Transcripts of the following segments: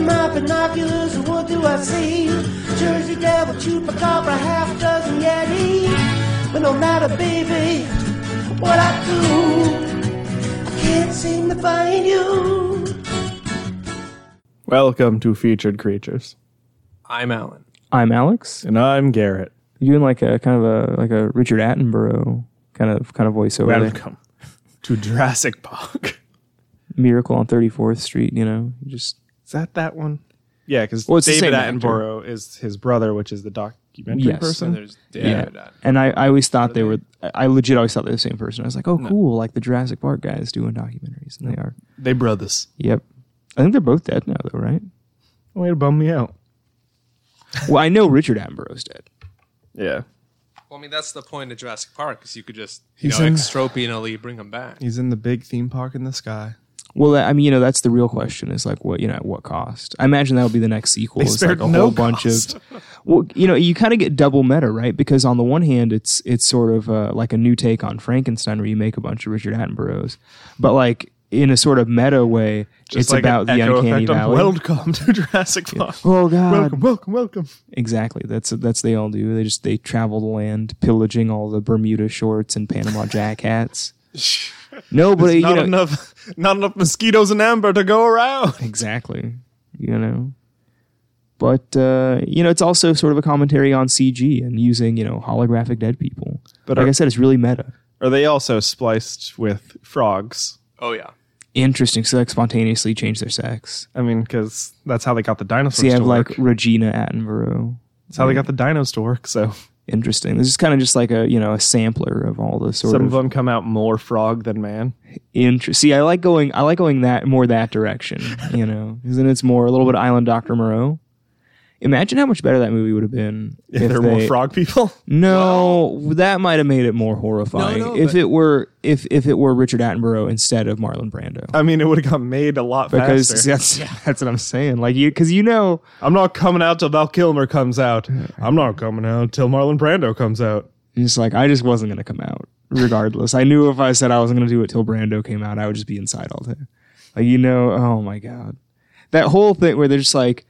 got binoculars, and what do I see? Jersey Devil, Chupacabra, half dozen Yeti. But no matter, baby, what I do, I can't seem to find you. Welcome to Featured Creatures. I'm Alan. I'm Alex. And I'm Garrett. You're doing like a kind of a like a Richard Attenborough kind of kind of voiceover. there. Welcome to Jurassic Park. Miracle on 34th Street. You know, You just Is that that one? Yeah, because Well, it's the David same actor. Attenborough is his brother, which is the documentary Yes. person. And There's David. And I, I always thought they were. I legit always thought they were the same person. I was like, oh, cool, like the Jurassic Park guys doing documentaries, and they are. They brothers. Yep. I think they're both dead now, though, right? Way to bum me out. Well, I know Richard Attenborough's dead. Yeah. Well, I mean, that's the point of Jurassic Park, is you could just, you He's know, in- extropianally bring them back. He's in the big theme park in the sky. Well, I mean, you know, that's the real question is like, what, you know, at what cost? I imagine that would be the next sequel. They is spared like a no whole bunch cost. of, well, you know, you kind of get double meta, right? Because on the one hand, it's it's sort of uh, like a new take on Frankenstein, where you make a bunch of Richard Attenboroughs, but like in a sort of meta way, Just it's like about an the echo uncanny effect on valley. Welcome to Jurassic Park. Oh, God. Welcome, welcome, welcome. Exactly. That's that's they all do. They just they travel the land, pillaging all the Bermuda shorts and Panama jack hats. no, but you not know, enough, not enough mosquitoes in amber to go around. Exactly. You know. But uh, you know, it's also sort of a commentary on CG and using, you know, holographic dead people. But But like are- I said, it's really meta. Are they also spliced with frogs? Oh, yeah. Interesting. So like spontaneously change their sex. I mean, because that's how they got the dinosaurs So you to have work. like Regina Attenborough. that's how they got the dinos to work. So Interesting. This is kind of just like a you know a sampler of all the sort some of of them come out more frog than man. interest. See, I like going I like going that more that direction. you know, because then it's more a little bit Island Doctor Moreau. Imagine how much better that movie would have been If, they're more they- frog people, No, that might have made it more horrifying. No, no, if but- it were if if it were Richard Attenborough instead of Marlon Brando. I mean, it would have got made a lot Uh, because faster. that's that's what I'm saying. Like you cuz you know I'm not coming out till Val Kilmer comes out. I'm not coming out till Marlon Brando comes out. it's like I just wasn't going to come out regardless. I knew if I said I wasn't going to do it till Brando came out, I would just be inside all day. Like you know, oh my god. That whole thing where they're just like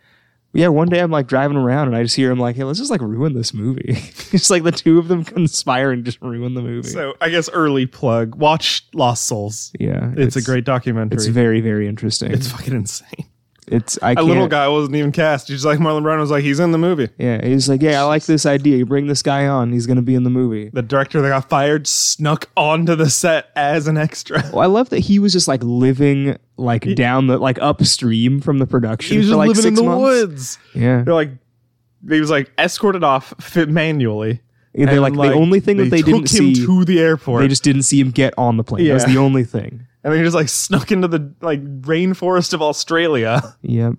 yeah, one day I'm like driving around and I just hear him like, "Hey, let's just like ruin this movie." it's like the two of them conspire and just ruin the movie. So I guess early plug: watch Lost Souls. yeah, It's, a great documentary. It's It's, very very interesting. It's, fucking insane. I A can't, little guy wasn't even cast. He's just like Marlon Brando was like he's in the movie. Yeah, he's like, yeah, I like this idea. You bring this guy on, he's gonna be in the movie. The director that got fired snuck onto the set as an extra. Well, I love that he was just like living like down the like upstream from the production. He was for, just like, living in six the months. woods. Yeah, They're like, he was like escorted off fit manually. Yeah, they're And, like, the only thing that they took didn't see, him to the airport. they just didn't see him get on the plane. That was Yeah. the only thing. and they just like snuck into the like rainforest of Australia. Yep.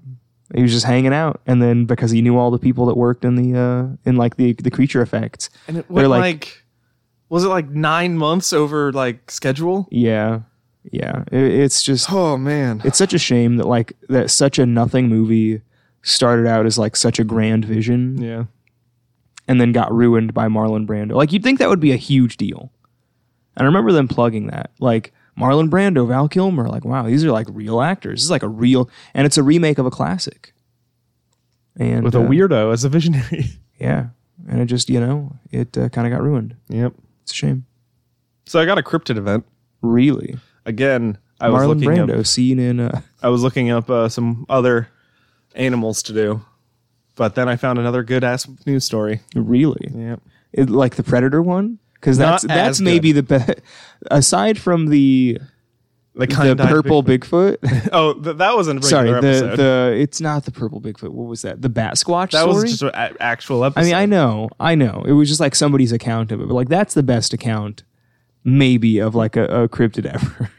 He was just hanging out, and then because he knew all the people that worked in the uh in like the the creature effects, And it went went, like, like- was it like nine months over like schedule? yeah, yeah, It- it's just Oh man, it's such a shame that like that such a nothing movie started out as like such a grand vision yeah. and then got ruined by Marlon Brando. Like you'd think that would be a huge deal. And I remember them plugging that. Like Marlon Brando, Val Kilmer, like wow, these are like real actors. This is like a real and it's a remake of a classic. And With a uh, weirdo as a visionary. yeah. And it just, you know, it uh, kind of got ruined. yep. It's a shame. So I got a cryptid event Really. again. I was Marlon looking Brando up. seen in uh, I was looking up uh, some other animals to do, but then I found another good ass news story. really. Yep. It, like the Predator one? Cuz Not that's that's as good. maybe the best aside from the The, the kind purple Bigfoot. Oh, th- that wasn't a regular Sorry, the, episode. the it's not the purple Bigfoot. What was that? The Bat Squatch that story. was just an a- actual episode. I mean, I know, I know. It was just like somebody's account of it, but like that's the best account, maybe of like a, a cryptid ever.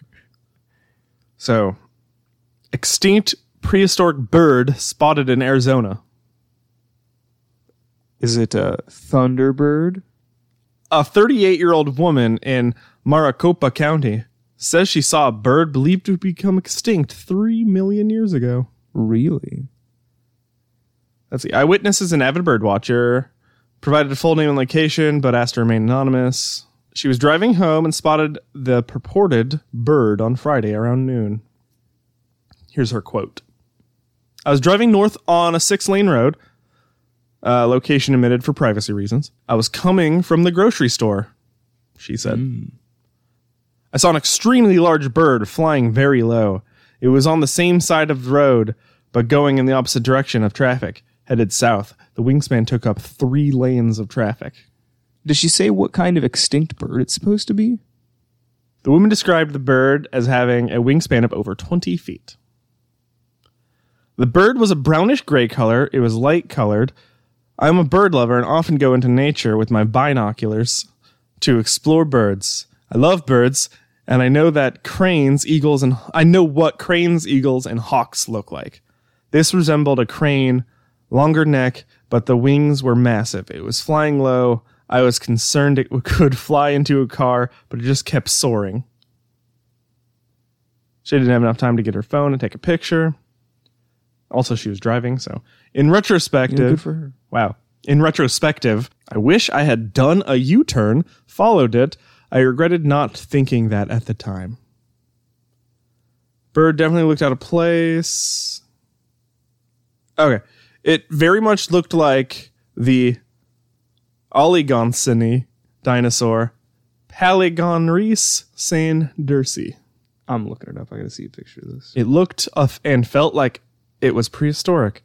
so extinct prehistoric bird spotted in Arizona. Is it a Thunderbird? A 38 year old woman in Maricopa County says she saw a bird believed to become extinct three million years ago. Really? Let's see. Eyewitnesses and avid bird watcher provided a full name and location, but asked to remain anonymous. She was driving home and spotted the purported bird on Friday around noon. Here's her quote I was driving north on a six lane road, uh, location omitted for privacy reasons. I was coming from the grocery store, she said. I saw an extremely large bird flying very low. It was on the same side of the road, but going in the opposite direction of traffic, headed south. The wingspan took up three lanes of traffic. Does she say what kind of extinct bird it's supposed to be? The woman described the bird as having a wingspan of over 20 feet. The bird was a brownish gray color, it was light colored. I'm a bird lover and often go into nature with my binoculars to explore birds. I love birds, and I know that cranes, eagles, and I know what cranes, eagles, and hawks look like. This resembled a crane, longer neck, but the wings were massive. It was flying low. I was concerned it could fly into a car, but it just kept soaring. She didn't have enough time to get her phone and take a picture. Also, she was driving, so in retrospective, Yeah, good for her. Wow. In retrospective, I wish I had done a U turn, followed it. I regretted not thinking that at the time. Bird definitely looked out of place. Okay. It very much looked like the Oligonsini dinosaur, Palagonris san Dursey. I'm looking it up. I gotta see a picture of this. It looked of- and felt like it was prehistoric.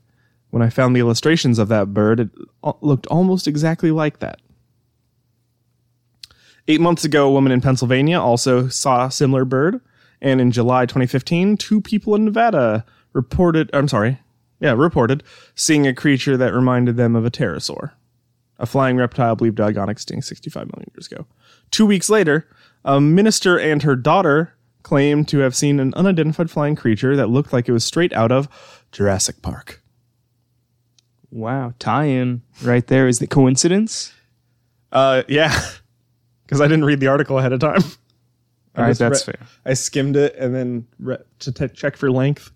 When I found the illustrations of that bird, it al- looked almost exactly like that. Eight months ago, a woman in Pennsylvania also saw a similar bird, and in July 2015, two people in Nevada reported. I'm sorry, yeah, reported seeing a creature that reminded them of a pterosaur, a flying reptile believed to have gone extinct 65 million years ago. Two weeks later, a minister and her daughter claimed to have seen an unidentified flying creature that looked like it was straight out of Jurassic Park. Wow, tie-in right there. Is the coincidence? Uh, yeah, because I didn't read the article ahead of time. All right, just that's re- fair. I skimmed it and then re- to t- check for length.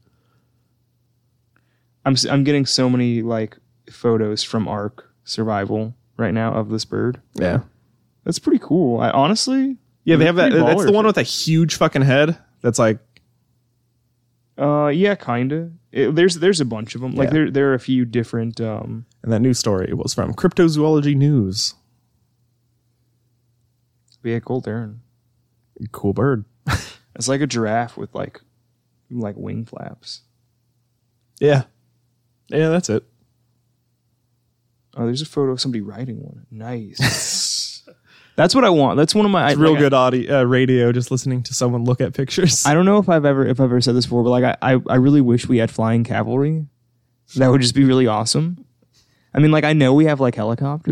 I'm s- I'm getting so many like photos from Ark Survival right now of this bird. Yeah, That's pretty cool. I honestly, yeah, they have that. uh, Pretty That's the baller one with a huge fucking head. That's like uh, yeah, kinda. It, there's there's a bunch of them. Like Yeah. there there are a few different. Um, and that news story was from Cryptozoology News. yeah, gold Darren. Cool bird. It's like a giraffe with like like wing flaps. Yeah, yeah, that's it. Oh, there's a photo of somebody riding one. Nice. That's what I want. That's one of my I- It's real like, good audio uh, radio just listening to someone look at pictures. I don't know if I've ever if I've ever said this before, but like I, I, I really wish we had flying cavalry. That would just be really awesome. I mean, like I know we have like helicopters.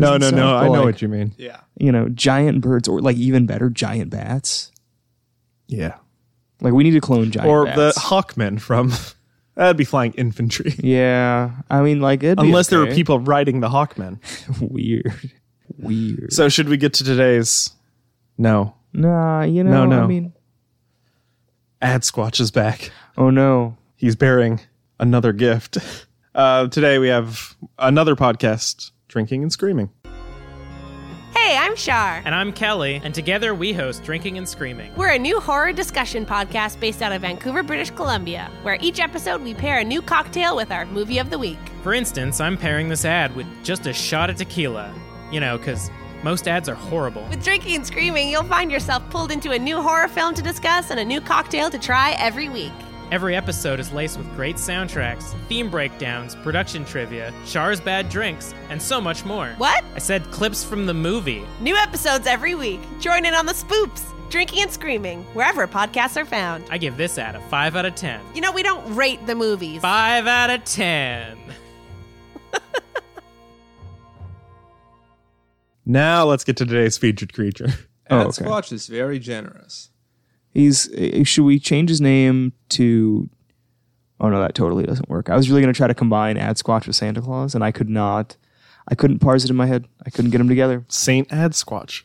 no, and no, stuff, no. but, I know like, what you mean. Yeah. you know, giant birds or like even better, giant bats. Yeah. Like we need to clone giant Or the bats. Hawkmen from that'd be flying infantry. yeah. I mean, like it'd be Unless there were okay. people riding the Hawkmen. weird, weird. So should we get to today's No. Nah, you know. No, no. I mean, Ad Squatch is back. oh no. He's bearing another gift. Uh, today we have another podcast, Drinking and Screaming. Hey, I'm Shar. And I'm Kelly, and together we host Drinking and Screaming. We're a new horror discussion podcast based out of Vancouver, British Columbia, where each episode we pair a new cocktail with our movie of the week. For instance, I'm pairing this ad with just a shot of tequila. You know, because most ads are horrible. With drinking and screaming, you'll find yourself pulled into a new horror film to discuss and a new cocktail to try every week. Every episode is laced with great soundtracks, theme breakdowns, production trivia, Char's bad drinks, and so much more. What? I said clips from the movie. New episodes every week. Join in on the spoops, drinking and screaming, wherever podcasts are found. I give this ad a 5 out of 10. You know, we don't rate the movies. 5 out of 10. Now let's get to today's featured creature. Oh, Ad okay. Squatch is very generous. He's eh, should we change his name to Oh no, that totally doesn't work. I was really gonna try to combine Ad Squatch with Santa Claus and I could not I couldn't parse it in my head. I couldn't get them together. Saint Ad Squatch.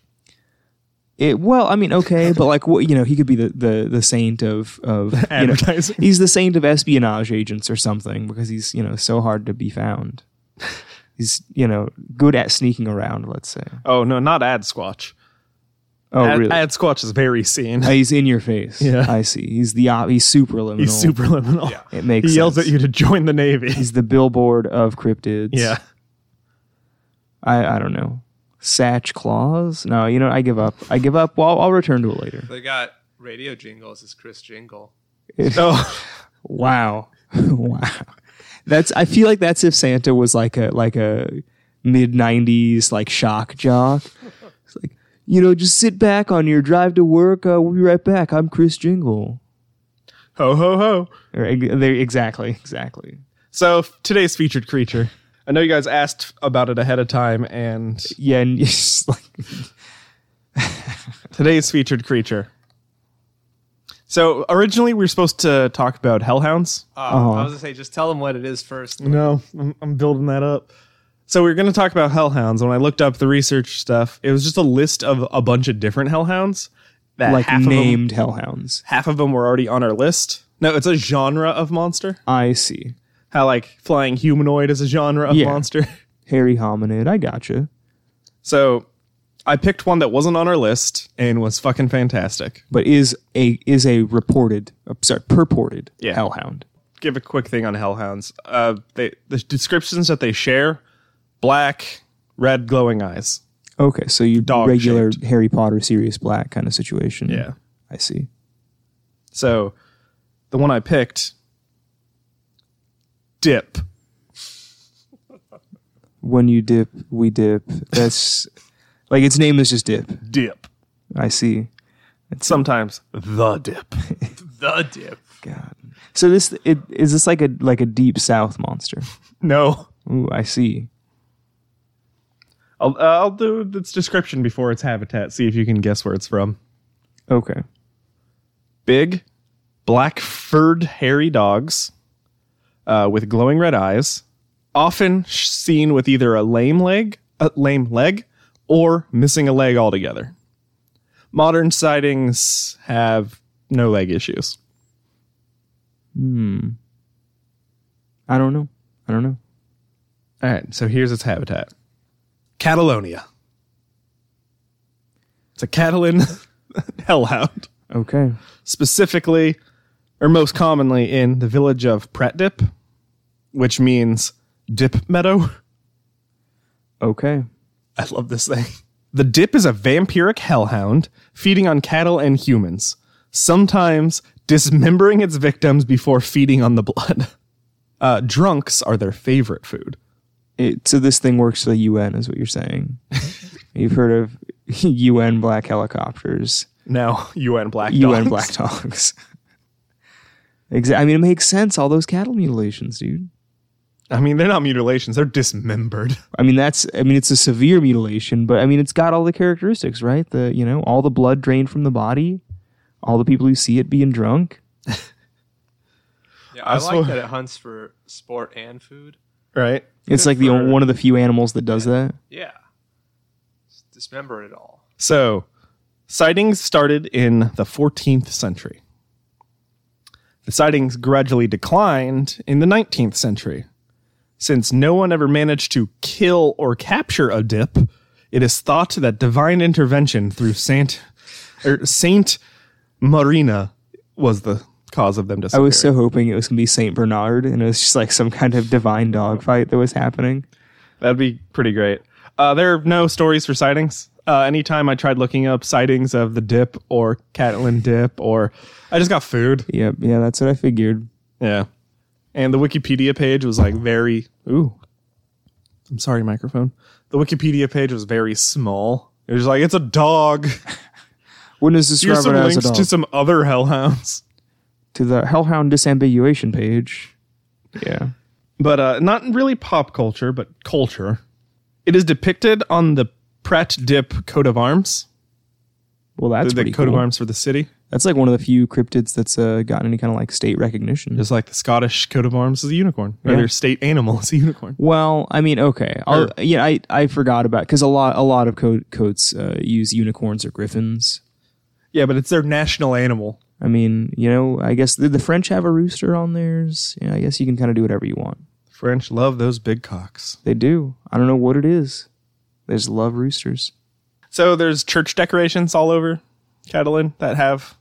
It, well, I mean, okay, but like, what you know, he could be the the, the saint of of you know, Advertising. he's the saint of espionage agents or something because he's you know so hard to be found. He's you know good at sneaking around. Let's say Oh no, not Ad Squatch. Oh, Ad, really? Squatch's very scene. Uh, he's in your face. Yeah. I see. He's the op- he's super liminal. He's super liminal. It makes He yells sense. at you to join the Navy. He's the billboard of cryptids. yeah. I, I don't know. Satch claws? No, you know I give up. I give up. Well, I'll, I'll return to it later. They got radio jingles as Chris Jingle. Oh, Wow, wow. That's. I feel like that's if Santa was like a like a mid '90s like shock jock. It's like you know, just sit back on your drive to work. Uh, we'll be right back. I'm Chris Jingle. ho, ho, ho. Or, ex- there- exactly, exactly. So f- today's featured creature. I know you guys asked about it ahead of time, and Yeah, and it's like today's featured creature. So originally we were supposed to talk about hellhounds. Uh, I was gonna say, just tell them what it is first. Uh-huh. No, I'm, I'm building that up. So we were going to talk about hellhounds. When I looked up the research stuff, it was just a list of a bunch of different hellhounds. That like Uh, half of them, named hellhounds. half of them were already on our list. No, it's a genre of monster. I see. How like flying humanoid is a genre of Yeah. monster. Hairy hominid. I gotcha. So I picked one that wasn't on our list and was fucking fantastic. but is a is a reported uh, sorry purported Yeah. hellhound. Give a quick thing on hellhounds. Uh, they, the descriptions that they share: black, red, glowing eyes. Okay, so you Dog regular shaped. Harry Potter serious black kind of situation. Yeah. I see. So the one I picked, Dip. When you dip, we dip. That's like its name is just dip. Dip. I see. Sometimes the dip. The dip. God. So this it, is this like a like a deep south monster. No. Ooh, I see. I'll, uh, I'll do its description before its habitat, see if you can guess where it's from. Okay. Big, black furred, hairy dogs uh, with glowing red eyes, often sh- seen with either a lame leg, a lame leg, or missing a leg altogether. Modern sightings have no leg issues. I don't know. I don't know. All right, so here's its habitat Catalonia. It's a Catalan hellhound, Okay. specifically, or most commonly, in the village of Pratdip, which means dip meadow. Okay. I love this thing. The dip is a vampiric hellhound feeding on cattle and humans, sometimes dismembering its victims before feeding on the blood. Uh, drunks are their favorite food. It, so this thing works for the UN is what you're saying. You've heard of UN black helicopters. Now, UN black UN dogs. black dogs. Exactly. I mean, it makes sense. All those cattle mutilations, dude. I mean, they're not mutilations; they're dismembered. I mean, that's. I mean, it's a severe mutilation, but I mean, it's got all the characteristics, right? The you know, all the blood drained from the body, all the people who see it being drunk. Yeah, I, saw- like that it hunts for sport and food. Right? It's like the for- one of the few animals that does that. Yeah, just dismember it all. So, sightings started in the 14th century. The sightings gradually declined in the 19th century. Since no one ever managed to kill or capture a dip, it is thought that divine intervention through Saint or Saint Marina was the cause of them I disappearing. was so hoping it was gonna be Saint Bernard, and it was just like some kind of divine dog fight that was happening. That'd be pretty great. Uh, there are no stories for sightings. Uh, anytime I tried looking up sightings of the dip or Catlin dip, or I just got food. Yep, yeah, that's what I figured. Yeah. And the Wikipedia page was like very, ooh, I'm sorry, microphone. The Wikipedia page was very small. It was like, it's a dog. Wouldn't it describe Here's some it as a links dog? to some other hellhounds. to the Hellhound disambiguation page. Yeah. but uh, not really pop culture, but culture. It is depicted on the Pret Dip coat of arms, Well, that's the pretty coat cool. of arms for the city. That's like one of the few cryptids that's uh, gotten any kind of like state recognition. Just like the Scottish coat of arms is a unicorn, or Yeah. their state animal is a unicorn. well, I mean, okay, I'll, Or- yeah, I, I forgot about because a lot a lot of co- coats uh, use unicorns or griffins. Yeah, but it's their national animal. I mean, you know, I guess did the French have a rooster on theirs? Yeah, I guess you can kind of do whatever you want. French love those big cocks. They do. I don't know what it is. They just love roosters. So there's church decorations all over Catalan that have,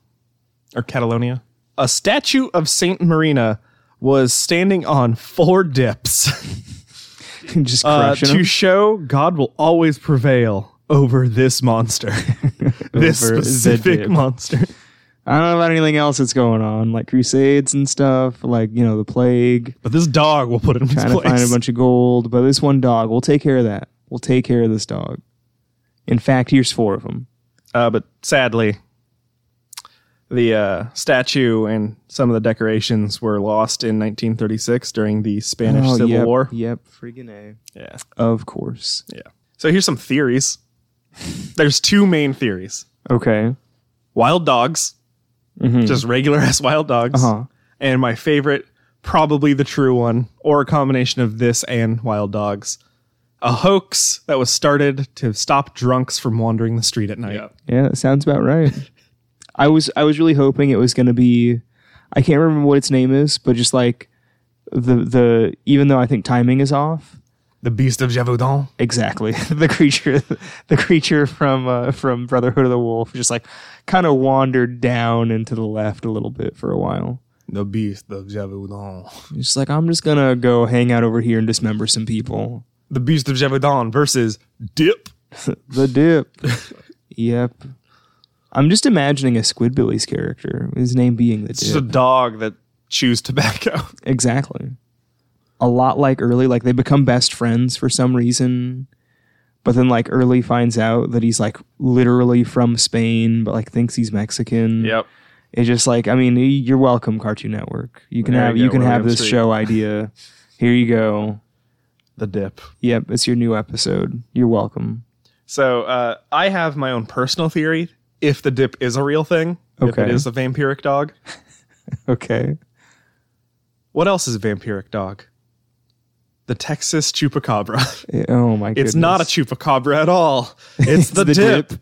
or Catalonia. A statue of Saint Marina was standing on four dips just uh, crushing to them. show God will always prevail over this monster, this Over the specific dip. monster. I don't know about anything else that's going on, like crusades and stuff, like you know the plague. But this dog will put it in his trying place. to find a bunch of gold, but this one dog, we'll take care of that. We'll take care of this dog. In fact, here's four of them. uh, but sadly, the uh, statue and some of the decorations were lost in 1936 during the Spanish Civil Oh, yep, War. Yep, friggin' a. Yeah. Of course. Yeah. So here's some theories. There's two main theories Okay. wild dogs, just regular ass wild dogs. Uh-huh. And my favorite, probably the true one, or a combination of this and wild dogs, a hoax that was started to stop drunks from wandering the street at night. Yeah. Yeah, that sounds about right. I was I was really hoping it was gonna be I can't remember what its name is, but just like the the even though I think timing is off. The Beast of Javaudan. Exactly. the creature the creature from uh, from Brotherhood of the Wolf just like kind of wandered down and to the left a little bit for a while. The Beast of Javaudan. It's Just like I'm just gonna go hang out over here and dismember some people. The Beast of Javaudan versus Dip. The dip. yep. I'm just imagining a Squidbillies character, his name being the It's just dip. a dog that chews tobacco. exactly. A lot like Early, like they become best friends for some reason. But then like Early finds out that he's like literally from Spain, but like thinks he's Mexican. It's just like I mean, y- you're welcome, Cartoon Network. You can There you have go, you, can have William this Street. show idea. Here you go. The Dip. Yep, it's your new episode. You're welcome. So uh, I have my own personal theory. If the dip is a real thing, if it Okay. is a vampiric dog, Okay. what else is a vampiric dog? The Texas chupacabra. Eh, Oh my It's goodness. not a chupacabra at all. It's, the, dip.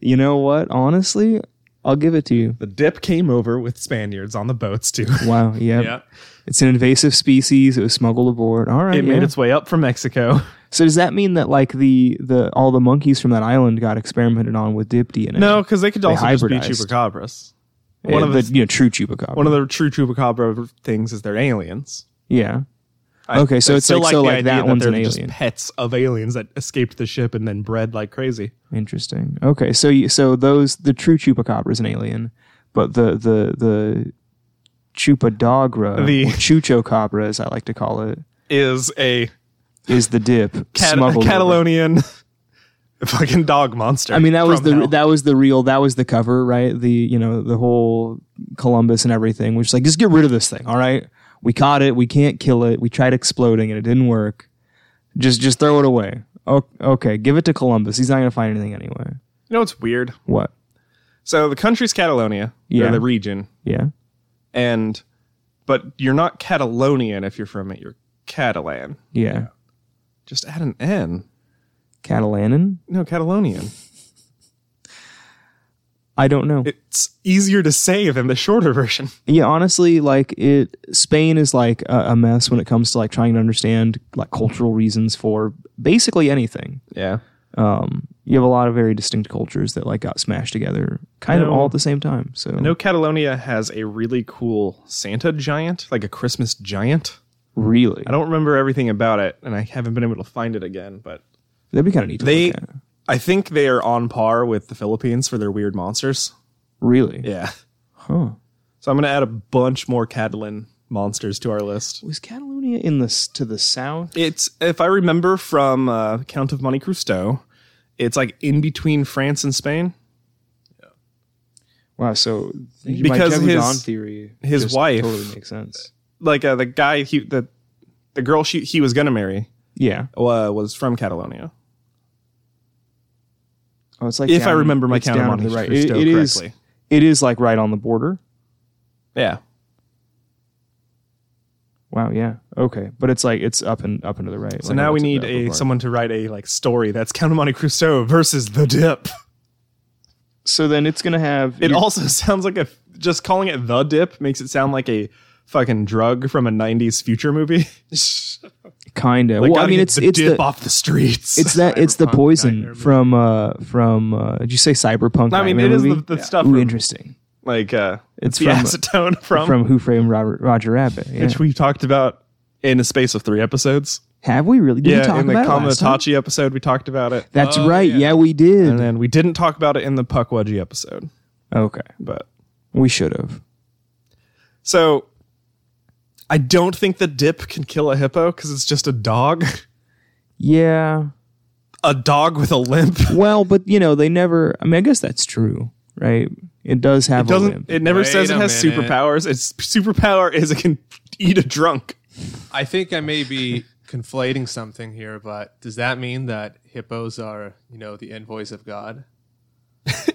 You know what? Honestly, I'll give it to you. The dip came over with Spaniards on the boats too. Wow. Yep. Yeah. It's an invasive species. It was smuggled aboard. All right. It made yeah. its way up from Mexico. so does that mean that like the the all the monkeys from that island got experimented on with dip DNA? No, because they could also just be hybridized. chupacabras. Eh, One of the, the you know, true chupacabra. one of the true chupacabra things is they're aliens. yeah. I- Okay, so I it's still like- so the like idea that one's they're an just alien. pets of aliens that escaped the ship and then bred like crazy. Interesting. Okay. So you, so those the true chupacabra is an alien, but the the the chupadagra, The- or chucho cabra, as I like to call it, Is a is the dip Cat- smuggled over. Catalonian fucking dog monster. I mean that was from the hell. that was the real that was the cover, right? The you know the whole Columbus and everything, which is like just get rid of this thing, all right? We caught it, we can't kill it. We tried exploding and it didn't work. Just just throw it away. O- okay, give it to Columbus. He's not gonna find anything anyway. you know what's weird? What? So the country's Catalonia, Yeah. or the region, Yeah. and but you're not Catalonian if you're from it. You're Catalan. Yeah. Just add an N. Catalanan? No, Catalonian. I don't know. It's easier to say than the shorter version. yeah, honestly, like it Spain is like a, a mess when it comes to like trying to understand like cultural reasons for basically anything. Yeah. you have a lot of very distinct cultures that like got smashed together kind of No. all at the same time. So No, Catalonia has a really cool Santa giant, like a Christmas giant. really, I don't remember everything about it, and I haven't been able to find it again. But that'd be kind of neat. To they, look at. I think they are on par with the Philippines for their weird monsters. really, Yeah. huh? So I'm gonna add a bunch more Catalan monsters to our list. Was Catalonia in this to the south? It's if I remember from uh, Count of Monte Cristo, it's like in between France and Spain. Wow, so my Because Jehu his- Don theory, his just wife- totally makes sense. Like uh, the guy, he, the the girl she he was gonna marry Yeah. uh, was from Catalonia. Oh, it's like If down- I remember my it's Count of down to Monte the right. Cristo It- it is- correctly. It is like right on the border. Yeah. Wow. Yeah. Okay. But it's like it's up and up and to the right. So now we need a someone to write a like story that's Count of Monte Cristo versus the Dip. So then it's gonna have It you- also sounds like a just calling it the Dip makes it sound like a fucking drug from a '90s future movie. kind of. well, I gotta mean, get it's it's dip the off the streets. it's that it's the Cyberpunk poison nightmare from uh from uh did you say cyberpunk? I mean, nightmare it is movie? the, the stuff. Ooh, from, interesting. Like uh, it's It's the from- acetone from, From, Who Framed Robert, Roger Rabbit? yeah. which we talked about in a space of three episodes. Have we really? Did we yeah, talk in the about it last time? Kamatachi episode, we talked about it, That's right. Yeah. we did. and then we didn't talk about it in the Puckwudgie episode. okay, But we should have. so, I don't think the dip can kill a hippo because it's just a dog, Yeah. a dog with a limp. Well, but you know, they never. I mean, I guess that's true, right? It does have a doesn't limp. it never Wait says it a has minute. superpowers its superpower is it can eat a drunk I think I may be conflating something here, but does that mean that hippos are, you know, the envoys of God?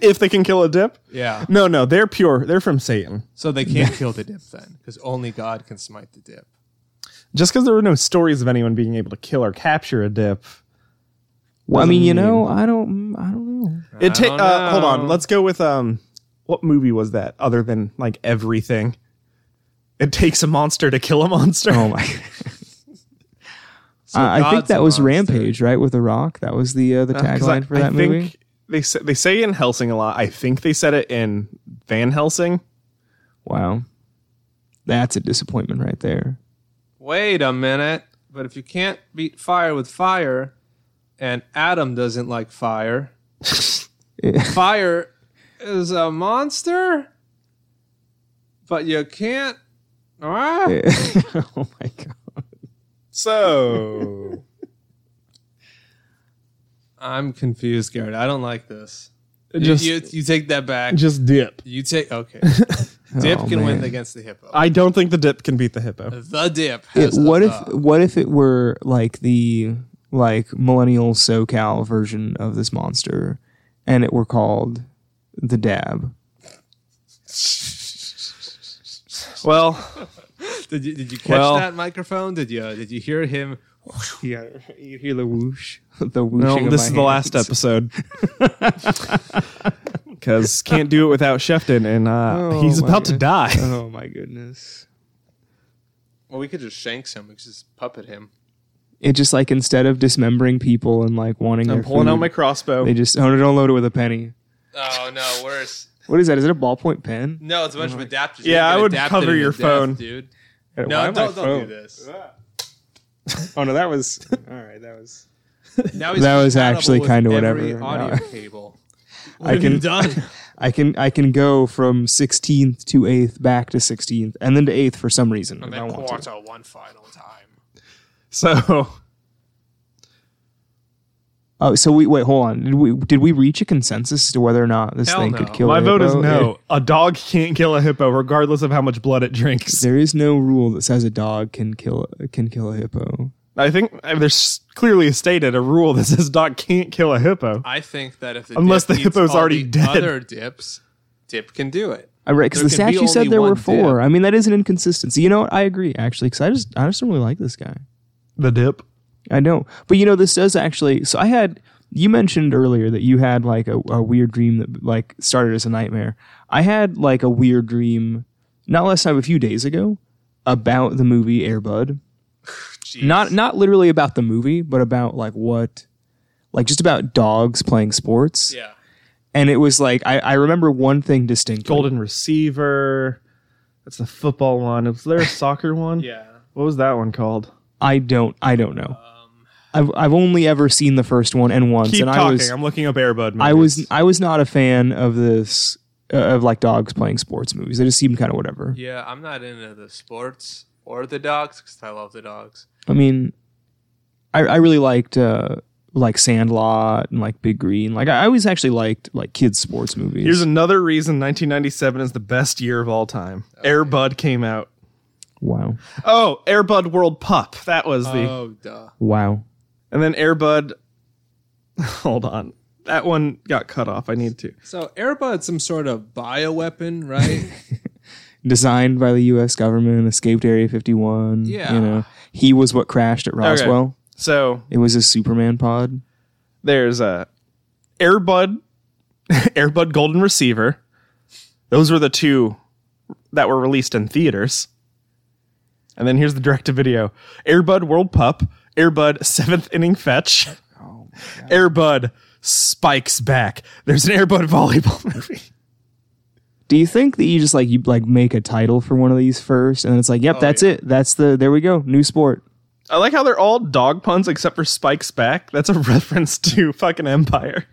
if they can kill a dip Yeah. no no they're pure they're from satan So they can't kill the dip then, because only God can smite the dip. just because there were no stories of anyone being able to kill or capture a dip well, I doesn't mean, you mean- know, I don't. I don't know. it ta- don't uh, hold on know. let's go with um what movie was that other than like everything it takes a monster to kill a monster Oh my. I, I think God's that a was monster. Rampage, right? With The Rock, that was the uh, the 'Cause I- tagline for I that think movie. they say, they say in Helsing a lot. I think they said it in Van Helsing. Wow, that's a disappointment right there. Wait a minute. But if you can't beat fire with fire, and Adam doesn't like fire, fire is a monster, but you can't. Ah. oh my god! So I'm confused, Garrett. I don't like this. You- Just- you, you take that back. just dip. You take okay. dip can win man. against the hippo. I don't think the dip can beat the hippo. the dip. It- Has the what if thumb. what if it were like the like millennial SoCal version of this monster, and it were called the Dab? Well, did you did you catch Well- that microphone? Did you did you hear him? Yeah, you hear the whoosh, the whooshing. no, of this my is the last hands. episode. Because can't do it without Shefton, and uh, Oh, he's my about to God. die. Oh my goodness! Well, we could just shank him. We could just puppet him. It just like instead of dismembering people and like wanting, I'm their pulling food, out my crossbow. They just oh no, don't load it with a penny. Oh no, worse. What is that? Is it a ballpoint pen? No, it's a bunch of adapters. Yeah, You can I would adapt cover it into your death, phone. dude. Mm-hmm. Why No, my don't, don't do phone- this. Oh no, that was all right. That was. Now he's That was compatible actually with kinda every whatever. Audio No. cable. I What have can- you done? I can I can go from 16th to 8th back to 16th and then to 8th for some reason. if I Then want to. quarter one final time. so Oh, so we wait. Hold on. Did we did we reach a consensus as to whether or not this Hell thing no. could kill? my a vote is hippo? no. A dog can't kill a hippo, regardless of how much blood it drinks. There is no rule that says a dog can kill can kill a hippo. I think I mean, there's clearly stated a rule that says dog can't kill a hippo. I think that if the Unless dip the eats hippo's all already the dead. other dips, dip can do it. I right because There the can be statue only said there were one four. dip. I mean that is an inconsistency. You know what? I agree actually because I just I just don't really like this guy. The dip. I know. But you know, this does actually. So I had. You mentioned earlier that you had like a, a weird dream that like started as a nightmare. I had like a weird dream, not last time, a few days ago, about the movie Airbud. Not not literally about the movie, but about like what, like just about dogs playing sports. Yeah. And it was like I, I remember one thing distinctly. Golden receiver. That's the football one. Was there a soccer one? Yeah. What was that one called? I don't I don't know. I've I've only ever seen the first one and once, Um, Keep and talking. I was I'm looking up Airbud. I was I was not a fan of this uh, of like dogs playing sports movies. They just seemed kind of whatever. Yeah, I'm not into the sports or the dogs because I love the dogs. I mean, I, I really liked uh, like Sandlot and like Big Green. Like I always actually liked like kids sports movies. Here's another reason 1997 is the best year of all time. Airbud came out. wow, Oh, Airbud World Pup. That was the. Oh, duh. wow. and then Airbud. Hold on. That one got cut off. I need to. So Airbud's some sort of bioweapon, right? Designed by the U.S. government, escaped Area 51. Yeah. you know he was what crashed at Roswell. So It was a Superman pod. there's a Airbud, Airbud Golden Receiver. Those were the two that were released in theaters. And then here's the direct to video Airbud World Pup, Airbud seventh inning fetch. Airbud spikes back. There's an Airbud volleyball movie. Do you think that you just like you like make a title for one of these first, and then it's like, Oh, yep, that's it. That's the there we go, new sport. I like how they're all dog puns except for spikes back. That's a reference to fucking Empire.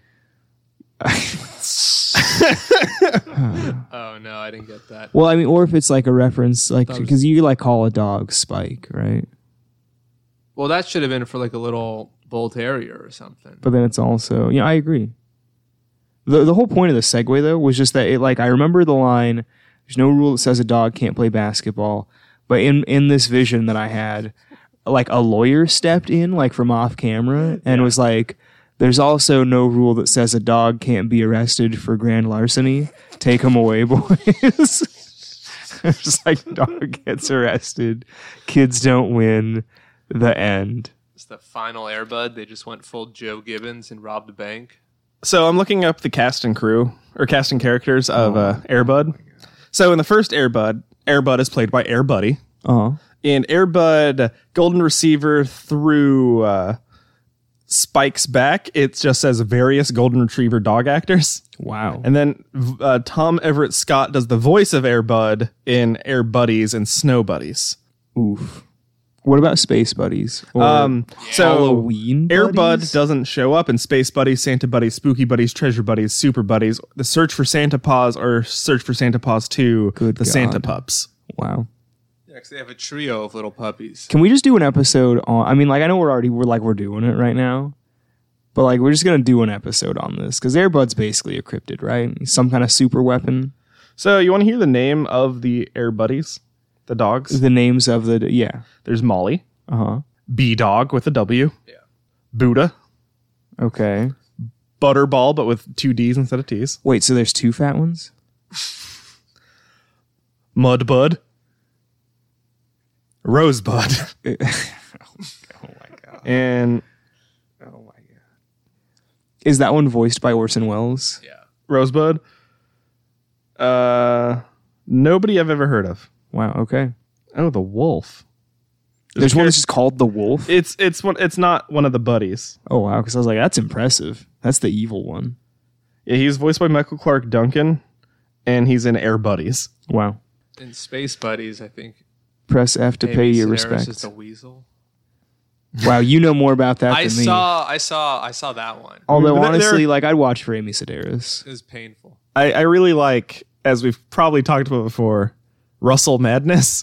Oh no, I didn't get that. Well, I mean, or if it's like a reference, like because you like call a dog Spike, right? Well, that should have been for like a little bull terrier or something. But then it's also, yeah, I agree. the The whole point of the segue though was just that it like I remember the line. There's no rule that says a dog can't play basketball, but in in this vision that I had, like a lawyer stepped in like from off camera and was like. There's also no rule that says a dog can't be arrested for grand larceny. Take him away, boys. It's like dog gets arrested, kids don't win. The end. It's the final Airbud. They just went full Joe Gibbons and robbed a bank. So I'm looking up the cast and crew or casting characters of uh, Airbud. So in the first Airbud, Airbud is played by Air Buddy. Oh, in Airbud Golden Receiver through uh, Spike's back, it just says various Golden Retriever dog actors. wow. And then v- uh, Tom Everett Scott does the voice of Airbud in Air Buddies and Snow Buddies. Oof. What about Space Buddies? Or Um, so Halloween Airbud Buddies? doesn't show up in Space Buddies, Santa Buddies, Spooky Buddies, Treasure Buddies, Super Buddies, The Search for Santa Paws, or Search for Santa Paws 2, Good The Santa God. Pups. wow. Yeah, 'cause they have a trio of little puppies. Can we just do an episode on? I mean, like I know we're already we're like we're doing it right now, but like we're just gonna do an episode on this because Airbud's basically a cryptid, right? He's Some kind of super weapon. So you want to hear the name of the Air Buddies, the dogs? The names of the yeah. There's Molly. Uh huh. B Dog with a W. Yeah. Buddha. Okay. Butterball, but with two D's instead of T's. Wait. So there's two fat ones. Mudbud. Rosebud. oh, my God. And Is that one voiced by Orson Welles? Yeah. Rosebud. Uh, nobody I've ever heard of. Wow. Okay. Oh, the wolf. There's one that's just called the Wolf. It's it's one. It's not one of the buddies. Oh wow. Because I was like, that's impressive. That's the evil one. Yeah, he was voiced by Michael Clark Duncan, and he's in Air Buddies. Wow. In Space Buddies, I think. Press F to pay Amy your Sedaris respects. is the weasel. Wow, you know more about that I than me. saw, I saw, I saw that one. Although There- there- honestly, like I'd watch for Amy Sedaris. It was painful. I, I really like, as we've probably talked about before, Russell Madness,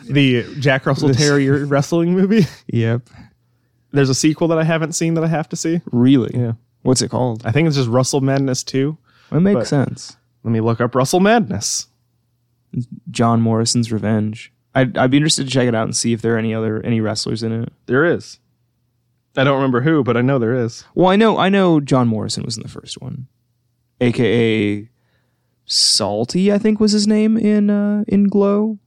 the Jack Russell Terrier wrestling movie. Yep. There's a sequel that I haven't seen that I have to see. Really? Yeah. What's it called? I think it's just Russell Madness 2. It makes But- sense. Let me look up Russell Madness. John Morrison's Revenge. I'd, I'd be interested to check it out and see if there are any other any wrestlers in it. There is. I don't remember who, but I know there is. Well, I know I know John Morrison was in the first one, aka Salty, I think was his name in uh, in Glow,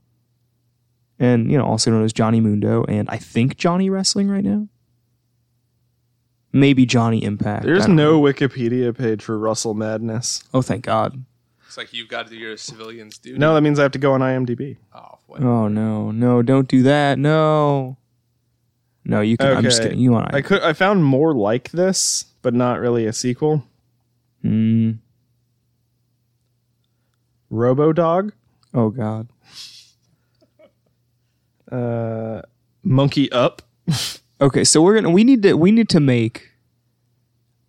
and you know also known as Johnny Mundo, and I think Johnny Wrestling right now. Maybe Johnny Impact. I There's don't no know. Wikipedia page for Russell Madness. Oh, thank God. It's like you've got to do your civilian's duty. No, that means I have to go on IMDb. Oh, what? Oh no, no, don't do that. No. No, you can I'm just Okay. kidding. You want I could I found more like this, but not really a sequel. mm, RoboDog, Oh god. Monkey Up. Okay, so we're gonna we need to we need to make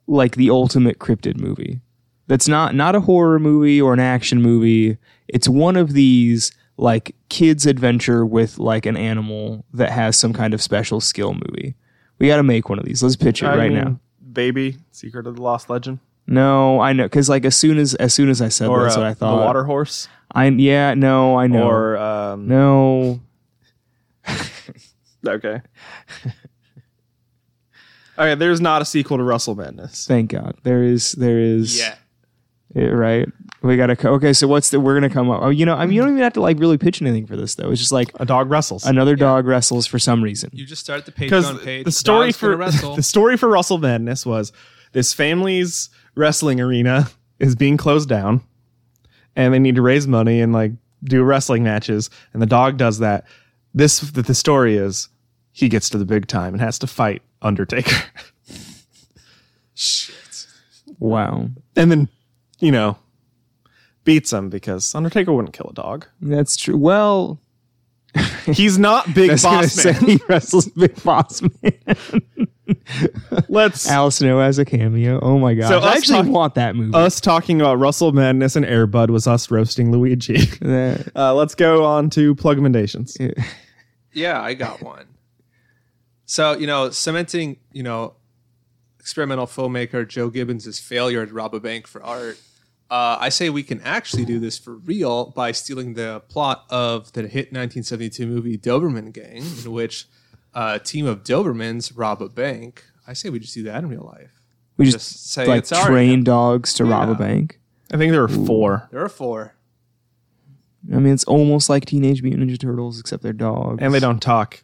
like the ultimate cryptid movie. That's not not a horror movie or an action movie. It's one of these like kids adventure with like an animal that has some kind of special skill movie. We got to make one of these. Let's pitch it I right mean, now. Baby, Secret of the Lost Legend. No, I know because like as soon as as soon as I said that, Or that's uh, what I thought. The Water Horse. I yeah no I know Or um, no okay. okay, there's not a sequel to Russell Madness. Thank God. There is there is Yeah. Yeah, right. We gotta co- okay, so what's the we're gonna come up. Oh, you know, I mean you don't even have to like really pitch anything for this though. It's just like A dog wrestles. another dog wrestles for some reason. You just start the because Patreon page. the story Don's gonna for wrestle. the story for Russell Madness was this family's wrestling arena is being closed down, and they need to raise money and like do wrestling matches, and the dog does that. This that the story is he gets to the big time and has to fight Undertaker. Wow. and then, you know, beats him because Undertaker wouldn't kill a dog. That's true. Well, He's not Big I was gonna Boss say Man. he wrestles Big Boss Man. Let's Al Snow as a cameo. Oh my god! So I us actually talk- want that movie. us talking about Russell Madness and Airbud was us roasting Luigi. That- Uh, let's go on to plugmendations. Yeah, I got one. So, you know, cementing, you know, experimental filmmaker Joe Gibbons' failure to rob a bank for art, uh, I say we can actually do this for real by stealing the plot of the hit 1972 movie Doberman Gang, in which uh, a team of Dobermans rob a bank. I say we just do that in real life. we just, Just say like it's our- train dogs to rob a Yeah. bank. I think there were four. There are four. I mean, it's almost like Teenage Mutant Ninja Turtles, except they're dogs. And they don't talk.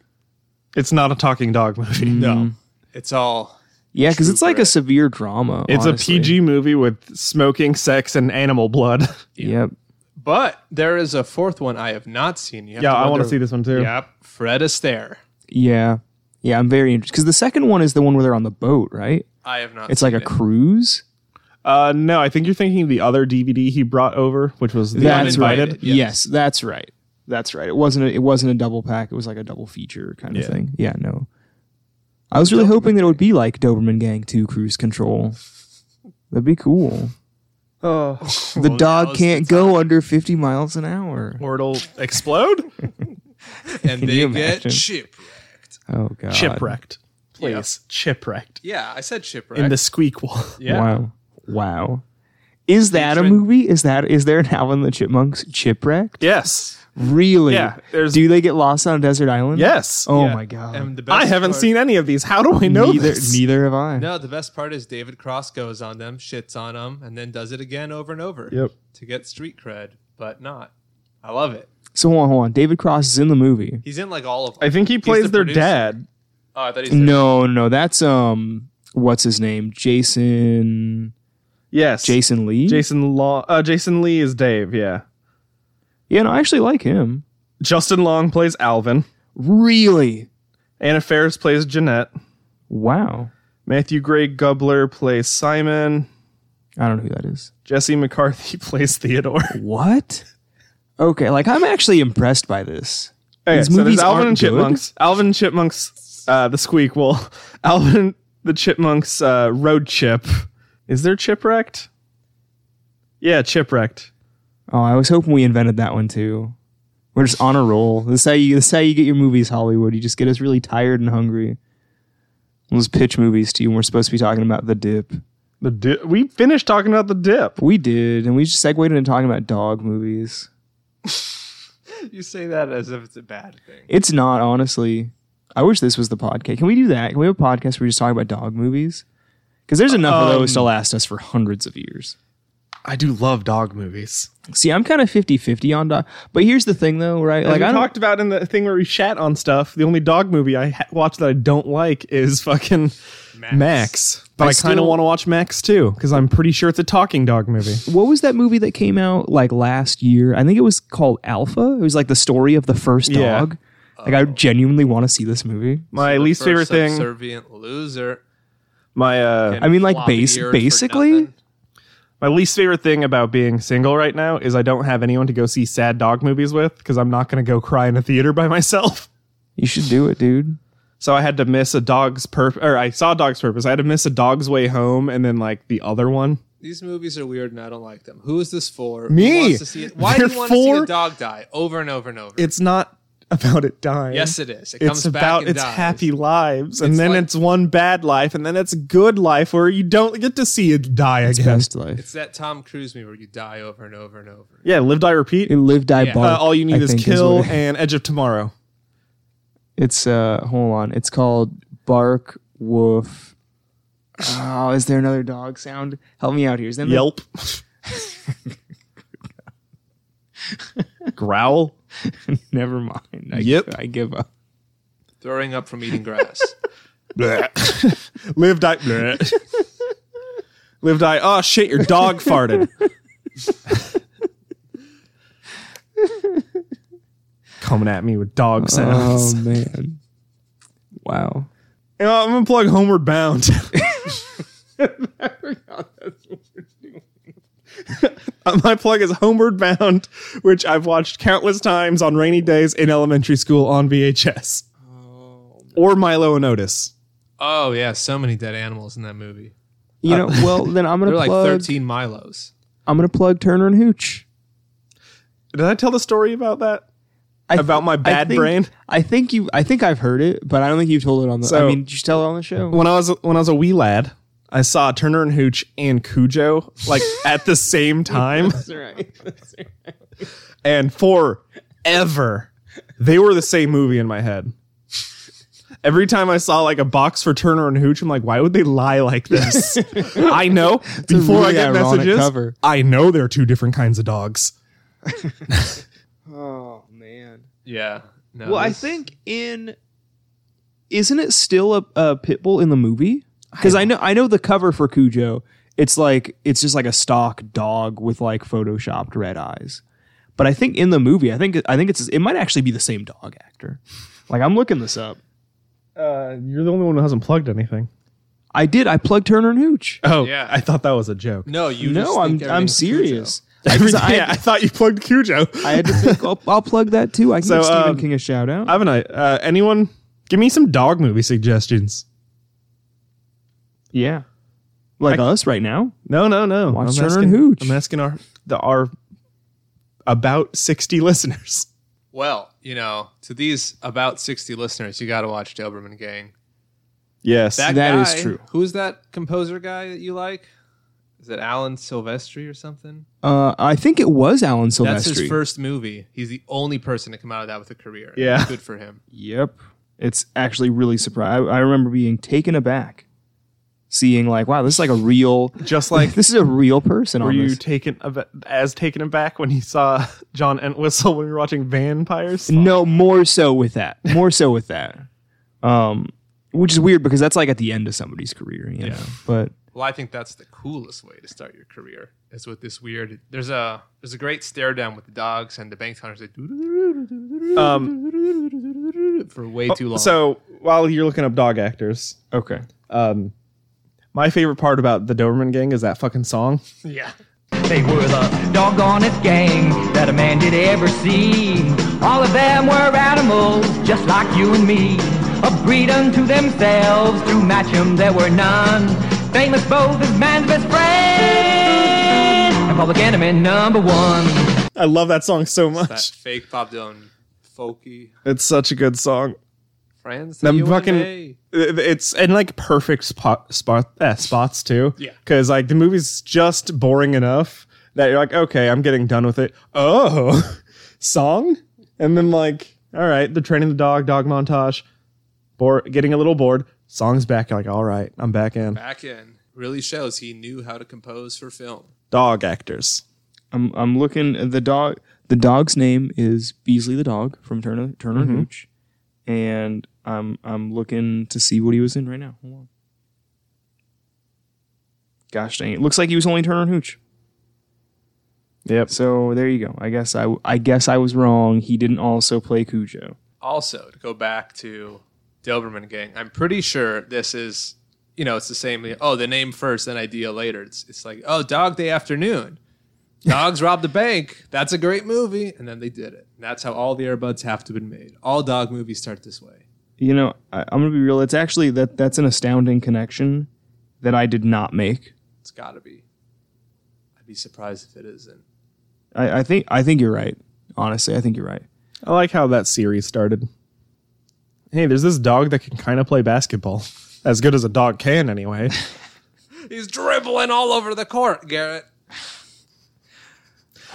It's not a talking dog movie. No, it's all yeah, because it's True like a grit. severe drama. It's honestly. a PG movie with smoking, sex, and animal blood. Yep. But there is a fourth one I have not seen. You have yeah, I want wonder- to see this one too. Yep, Fred Astaire. Yeah. Yeah, I'm very interested because the second one is the one where they're on the boat, right? I have not. It's like a cr- cruise. Uh, no, I think you're thinking the other DVD he brought over, which was the That's Uninvited. right. yes. Yes. that's right. That's right. It wasn't. A, it wasn't a double pack. It was like a double feature kind of thing. Yeah, no. I was really hoping that it would be like Doberman Gang Two Cruise Control. That'd be cool. Oh, the dog now's can't go under fifty miles an hour. Portal explode, and Can they you get imagine? shipwrecked. Oh god, chipwrecked. Please, chipwrecked Yeah, I said shipwrecked. in the squeak wall. yeah, Wow, wow. Is that a Featuring- movie? Is that is there an Alvin and the Chipmunks Chipwrecked? yes, Really? Yeah, there's- Do they get lost on a desert island? yes. Oh Yeah. my god. And the best I haven't part- seen any of these. How do I know neither this? neither have I. No, the best part is David Cross goes on them, shits on them, and then does it again over and over. Yep. To get street cred, but not. I love it. So hold on, hold on. David Cross is in the movie. He's in like all of. Them. I think he He's plays the their producer. dad. Oh, I thought he said No, no, that's um, what's his name? Jason, Yes, Jason Lee. Jason Long. Uh, Jason Lee is Dave. Yeah, Yeah, no, I actually like him. Justin Long plays Alvin. Really? Anna Faris plays Jeanette. Wow. Matthew Gray Gubler plays Simon. I don't know who that is. Jesse McCarthy plays Theodore. What? Okay, like I'm actually impressed by this. Okay, These so there's movies Alvin aren't and good? Chipmunks. Alvin and Chipmunks, uh, the squeak will. Alvin the Chipmunks uh, road chip. Is there chipwrecked? Yeah, chipwrecked. Oh, I was hoping we invented that one too. We're just on a roll. This is how you. This is how you get your movies, Hollywood. You just get us really tired and hungry. We'll just pitch movies to you. And we're supposed to be talking about the dip. The di- we finished talking about the dip. We did, and we just segued into talking about dog movies. you say that as if it's a bad thing. It's not, honestly. I wish this was the podcast. Can we do that? Can we have a podcast where we just talk about dog movies? Because there's enough of those to last us for hundreds of years. I do love dog movies. See, I'm kind of 50 50 on dog. But here's the thing, though, right? Like Like, we I don't, talked about in the thing where we shat on stuff, the only dog movie I ha- watch that I don't like is fucking Max. But I, kind of still- want to watch Max too because I'm pretty sure it's a talking dog movie. what was that movie that came out like last year? I think it was called Alpha. It was like the story of the first Yeah. dog. Like, I genuinely want to see this movie. My The least first favorite thing, Subservient loser. my uh, and I mean, like, floppy base- eared for basically- nothing. My least favorite thing about being single right now is I don't have anyone to go see sad dog movies with because I'm not going to go cry in a theater by myself. You should do it, dude. So I had to miss a dog's purpose, or I saw Dog's Purpose. I had to miss a dog's way home and then like the other one. These movies are weird and I don't like them. Who is this for? Me. Who wants to see it? Why do They're you want to see for- a dog die over and over and over? It's not about it dying. yes, it is. It It's comes back about and its dies. happy lives, and It's then like- it's one bad life, and then it's a good life where you don't get to see it die again. Best life. It's that Tom Cruise movie where you die over and over and over. Yeah, live, die, repeat. It live, die, Yeah. bark. Uh, all you I need is think what kill it- and Edge of Tomorrow. It's uh hold on. It's called Bark Woof. Oh, is there another dog sound? Help me out here. Is there another- Yelp. Growl. Never mind. I, Yep. I give up. Throwing up from eating grass. Blech. Live die. blech. Live die. Oh shit! Your dog farted. Oh, Coming at me with dog sounds. Oh, man. Wow. You know, I'm gonna plug Homeward Bound. My plug is Homeward Bound, which I've watched countless times on rainy days in elementary school on VHS. or Milo and Otis. Oh yeah, so many dead animals in that movie. Uh, You know, well then I'm They're gonna like plug. thirteen Milos. I'm gonna plug Turner and Hooch. Did I tell the story about that? I About my I bad think- brain? I think you. I think I've heard it, but I don't think you've told it on the. So- I mean, did you tell it on the show? When I was when I was a wee lad, I saw Turner and Hooch and Cujo like at the same time. right. and forever they were the same movie in my head every time i saw like a box for turner and hooch i'm like why would they lie like this i know before i really get ironic messages cover. i know they're two different kinds of dogs Oh man. Yeah. No, Well, I this- think in isn't it still a, a pit bull in the movie? Because I know I know the cover for Cujo. It's like it's just like a stock dog with like photoshopped red eyes. But I think in the movie, I think I think it's it might actually be the same dog actor. Like I'm looking this up. uh, you're the only one who hasn't plugged anything I did. I plugged Turner and Hooch. oh Yeah. i thought that was a joke no, you. just no, think I'm I'm everything's Cujo. serious. I, Because I- yeah, I thought you plugged cujo I had to think. I'll, I'll plug that too. I can So, give Stephen um, King a shout out. haven't i uh, anyone give me some dog movie suggestions yeah, like us right now. no no no Watch Turner and Hooch. i'm asking our the our about 60 listeners Well, you know, to these about sixty listeners, you got to watch Doberman Gang. yes That is guy- true. Who's that composer guy that you like? Is it Alan Silvestri or something? Uh, I think it was Alan Silvestri. That's his first movie. He's the only person to come out of that with a career. Yeah. Good for him. Yep. It's actually really surprising. I, I remember being taken aback, seeing like, wow, this is like a real, just like this is a real person Were on you this. taken ab- as taken aback when you saw John Entwistle when we were watching Vampires? no, more so with that. More so with that. Um, which is weird because that's like at the end of somebody's career, you know. But Well, I think that's the coolest way to start your career is with this weird. There's a there's a great stare down with the dogs and the bank hunters. They do Um, oh, for way too long. so while you're looking up dog actors, okay, um, my favorite part about the Doberman Gang is that fucking song. yeah, They were the doggonest gang that a man did ever see. All of them were animals, just like you and me. A breed unto themselves, to match 'em there were none. Famous both as man's best friend and public enemy number one. I love that song so that much. fake Bob Dylan, folky It's such a good song. friends. that I'm you and fucking. me. it- It's in like perfect spot, spot eh, spots too. Yeah. because like the movie's just boring enough that you're like, okay, I'm getting done with it. Oh, song, and then like, all right, they're training the dog. Dog montage. Bore, getting a little bored. Song's back. You're like, all right, I'm back in. back in really shows he knew how to compose for film. Dog actors. I'm I'm looking at the dog. The dog's name is Beasley the dog from Turner Turner and Hooch, and I'm I'm looking to see what he was in right now. Hold on. Gosh dang! It looks like he was only Turner and Hooch. Yep. So there you go. I guess I w- I guess I was wrong. He didn't also play Cujo. also to go back to Doberman Gang, I'm pretty sure this is, you know, it's the same. Oh, the name first, then idea later. It's it's like, oh, Dog Day Afternoon, dogs robbed a bank. That's a great movie, and then they did it. That's how all the earbuds have to have been made. All dog movies start this way. You know, I, I'm gonna be real. It's actually that that's an astounding connection that I did not make. It's got to be. I'd be surprised if it isn't. I, I think I think you're right. Honestly, I think you're right. I like how that series started. Hey, there's this dog that can kind of play basketball, as good as a dog can, anyway. He's dribbling all over the court, Garrett.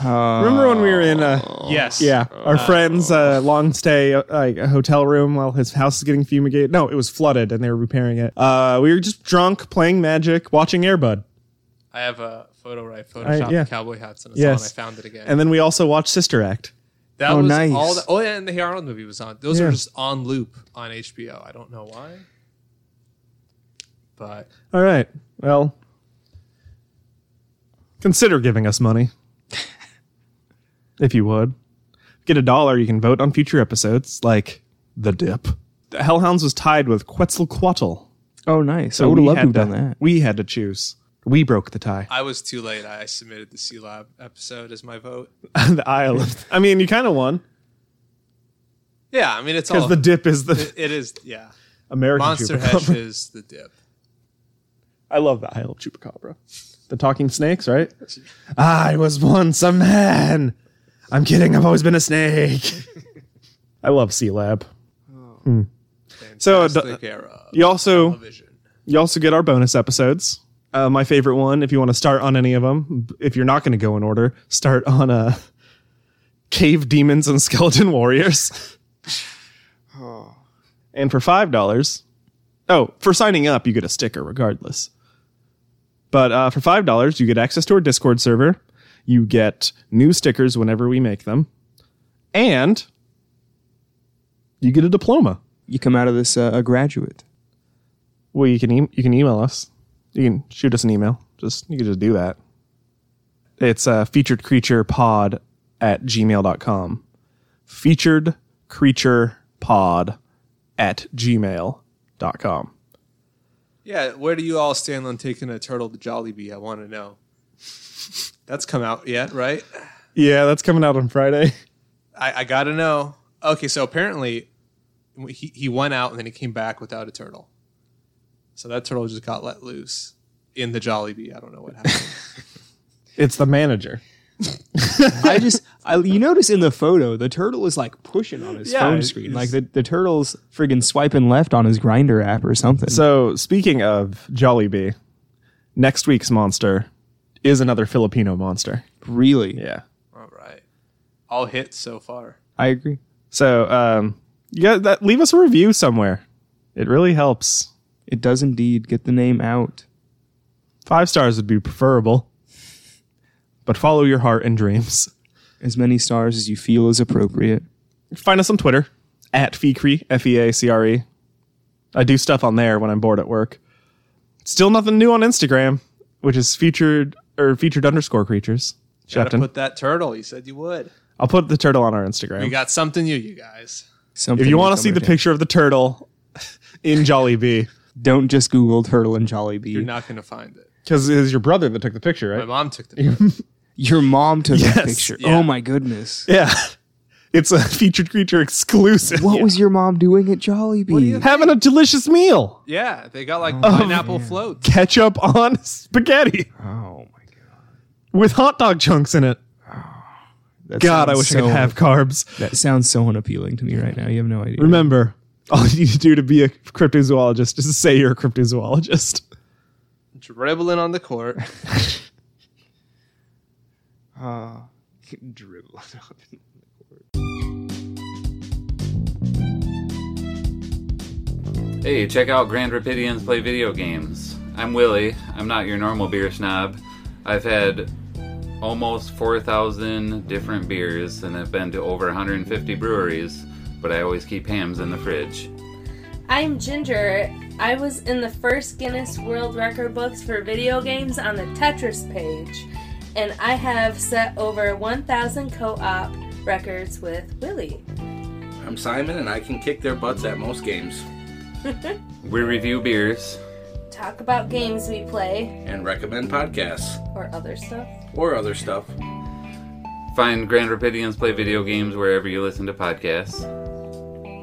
Remember when we were in uh, Yes. Yeah, our friend's uh, long stay, uh, like a hotel room while his house is getting fumigated. No, it was flooded and they were repairing it. Uh, we were just drunk, playing Magic, watching Airbud, I have a photo where I photoshopped yeah. cowboy hats and a Yes. song. I found it again. and then we also watched Sister Act. That Oh, was nice. all. The, oh, yeah, and the Hey Arnold movie was on. Those Yeah. are just on loop on HBO. I don't know why, but All right, well, consider giving us money if you would. Get a dollar, you can vote on future episodes like The Dip. Hellhounds was tied with Quetzalcoatl. Oh, nice. I So would have we loved to had have done to- that. We had to choose. We broke the tie. I was too late. I submitted the C Lab episode as my vote. the Isle of. I mean, you kind of won Yeah, I mean it's all because the dip is the it is. Yeah, American Monster chupacabra. Hesh is the dip. I love the Isle of Chupacabra. The talking snakes, right? I was once a man. I'm kidding. I've always been a snake. I love Hmm. C Lab. So, uh, Oh. Fantastic era. You also Television. you also get our bonus episodes. Uh, my favorite one, if you want to start on any of them, if you're not going to go in order, start on uh, Cave Demons and Skeleton Warriors. And for five dollars, oh, for signing up, you get a sticker regardless. But uh, for five dollars, you get access to our Discord server. You get new stickers whenever we make them, and you get a diploma. You come out of this uh, a graduate. Well, you can e- you can email us. You can shoot us an email. Just you can just do that. It's uh, featured creature pod at gmail.com. Featured creature pod at gmail.com. Yeah, where do you all stand on taking a turtle to Jollibee? I want to know. That's come out yet, right? Yeah, that's coming out on Friday. I, I gotta know. Okay, so apparently he, he went out and then he came back without a turtle. So that turtle just got let loose in the Jollibee. I don't know what happened. It's the manager. I just, I, you notice in the photo, the turtle is like pushing on his Yeah, phone it's- screen. Like the, the turtle's friggin' swiping left on his grinder app or something. So speaking of Jollibee, next week's monster is another Filipino monster. really, Yeah. all right. All hits so far. I agree. So um, yeah, that, leave us a review somewhere. It really helps. It does indeed get the name out. Five stars would be preferable. But follow your heart and dreams. As many stars as you feel is appropriate. Find us on Twitter at FeCre, F E A C R E. I do stuff on there when I'm bored at work. Still nothing new on Instagram, which is featured or featured underscore creatures. Gotta Shepton. put that turtle. You said you would. I'll put the turtle on our We Instagram. got something new, you guys. Something if you will want come to see the our day. picture of the turtle in Jollibee, don't just Google turtle and Jollibee. You're not gonna find it. because it was your brother that took the picture, My right? mom took the turtle. Your mom took that Yes, picture. yeah. Oh my goodness. Yeah. It's a featured creature exclusive. What was your mom doing at Jollibee? Having a delicious meal. Yeah, they got like pineapple floats. Ketchup on spaghetti. oh my god. with hot dog chunks in it. That God, I sounds wish I so- could have carbs. That sounds so unappealing to me right now. You have no idea. Remember, all you need to do to be a cryptozoologist is say you're a cryptozoologist. dribbling on the court. Dribble. Hey, check out Grand Rapidians Play Video Games. I'm Willie. I'm not your normal beer snob. I've had almost 4,000 different beers and have been to over 150 breweries, but I always keep hams in the fridge. I'm Ginger. I was in the first Guinness World Record books for video games on the Tetris page, and I have set over 1,000 co op records with Willie. I'm Simon, and I can kick their butts at most games We review beers. Talk about games we play and recommend podcasts or other stuff. or other stuff. Find Grand Rapidians Play Video Games wherever you listen to podcasts.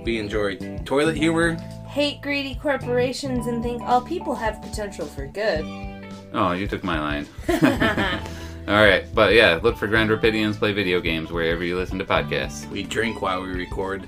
We enjoy toilet humor. Hate greedy corporations and think all people have potential for good. Oh, you took my line. All right, but yeah, look for Grand Rapidians Play Video Games wherever you listen to podcasts. We drink while we record.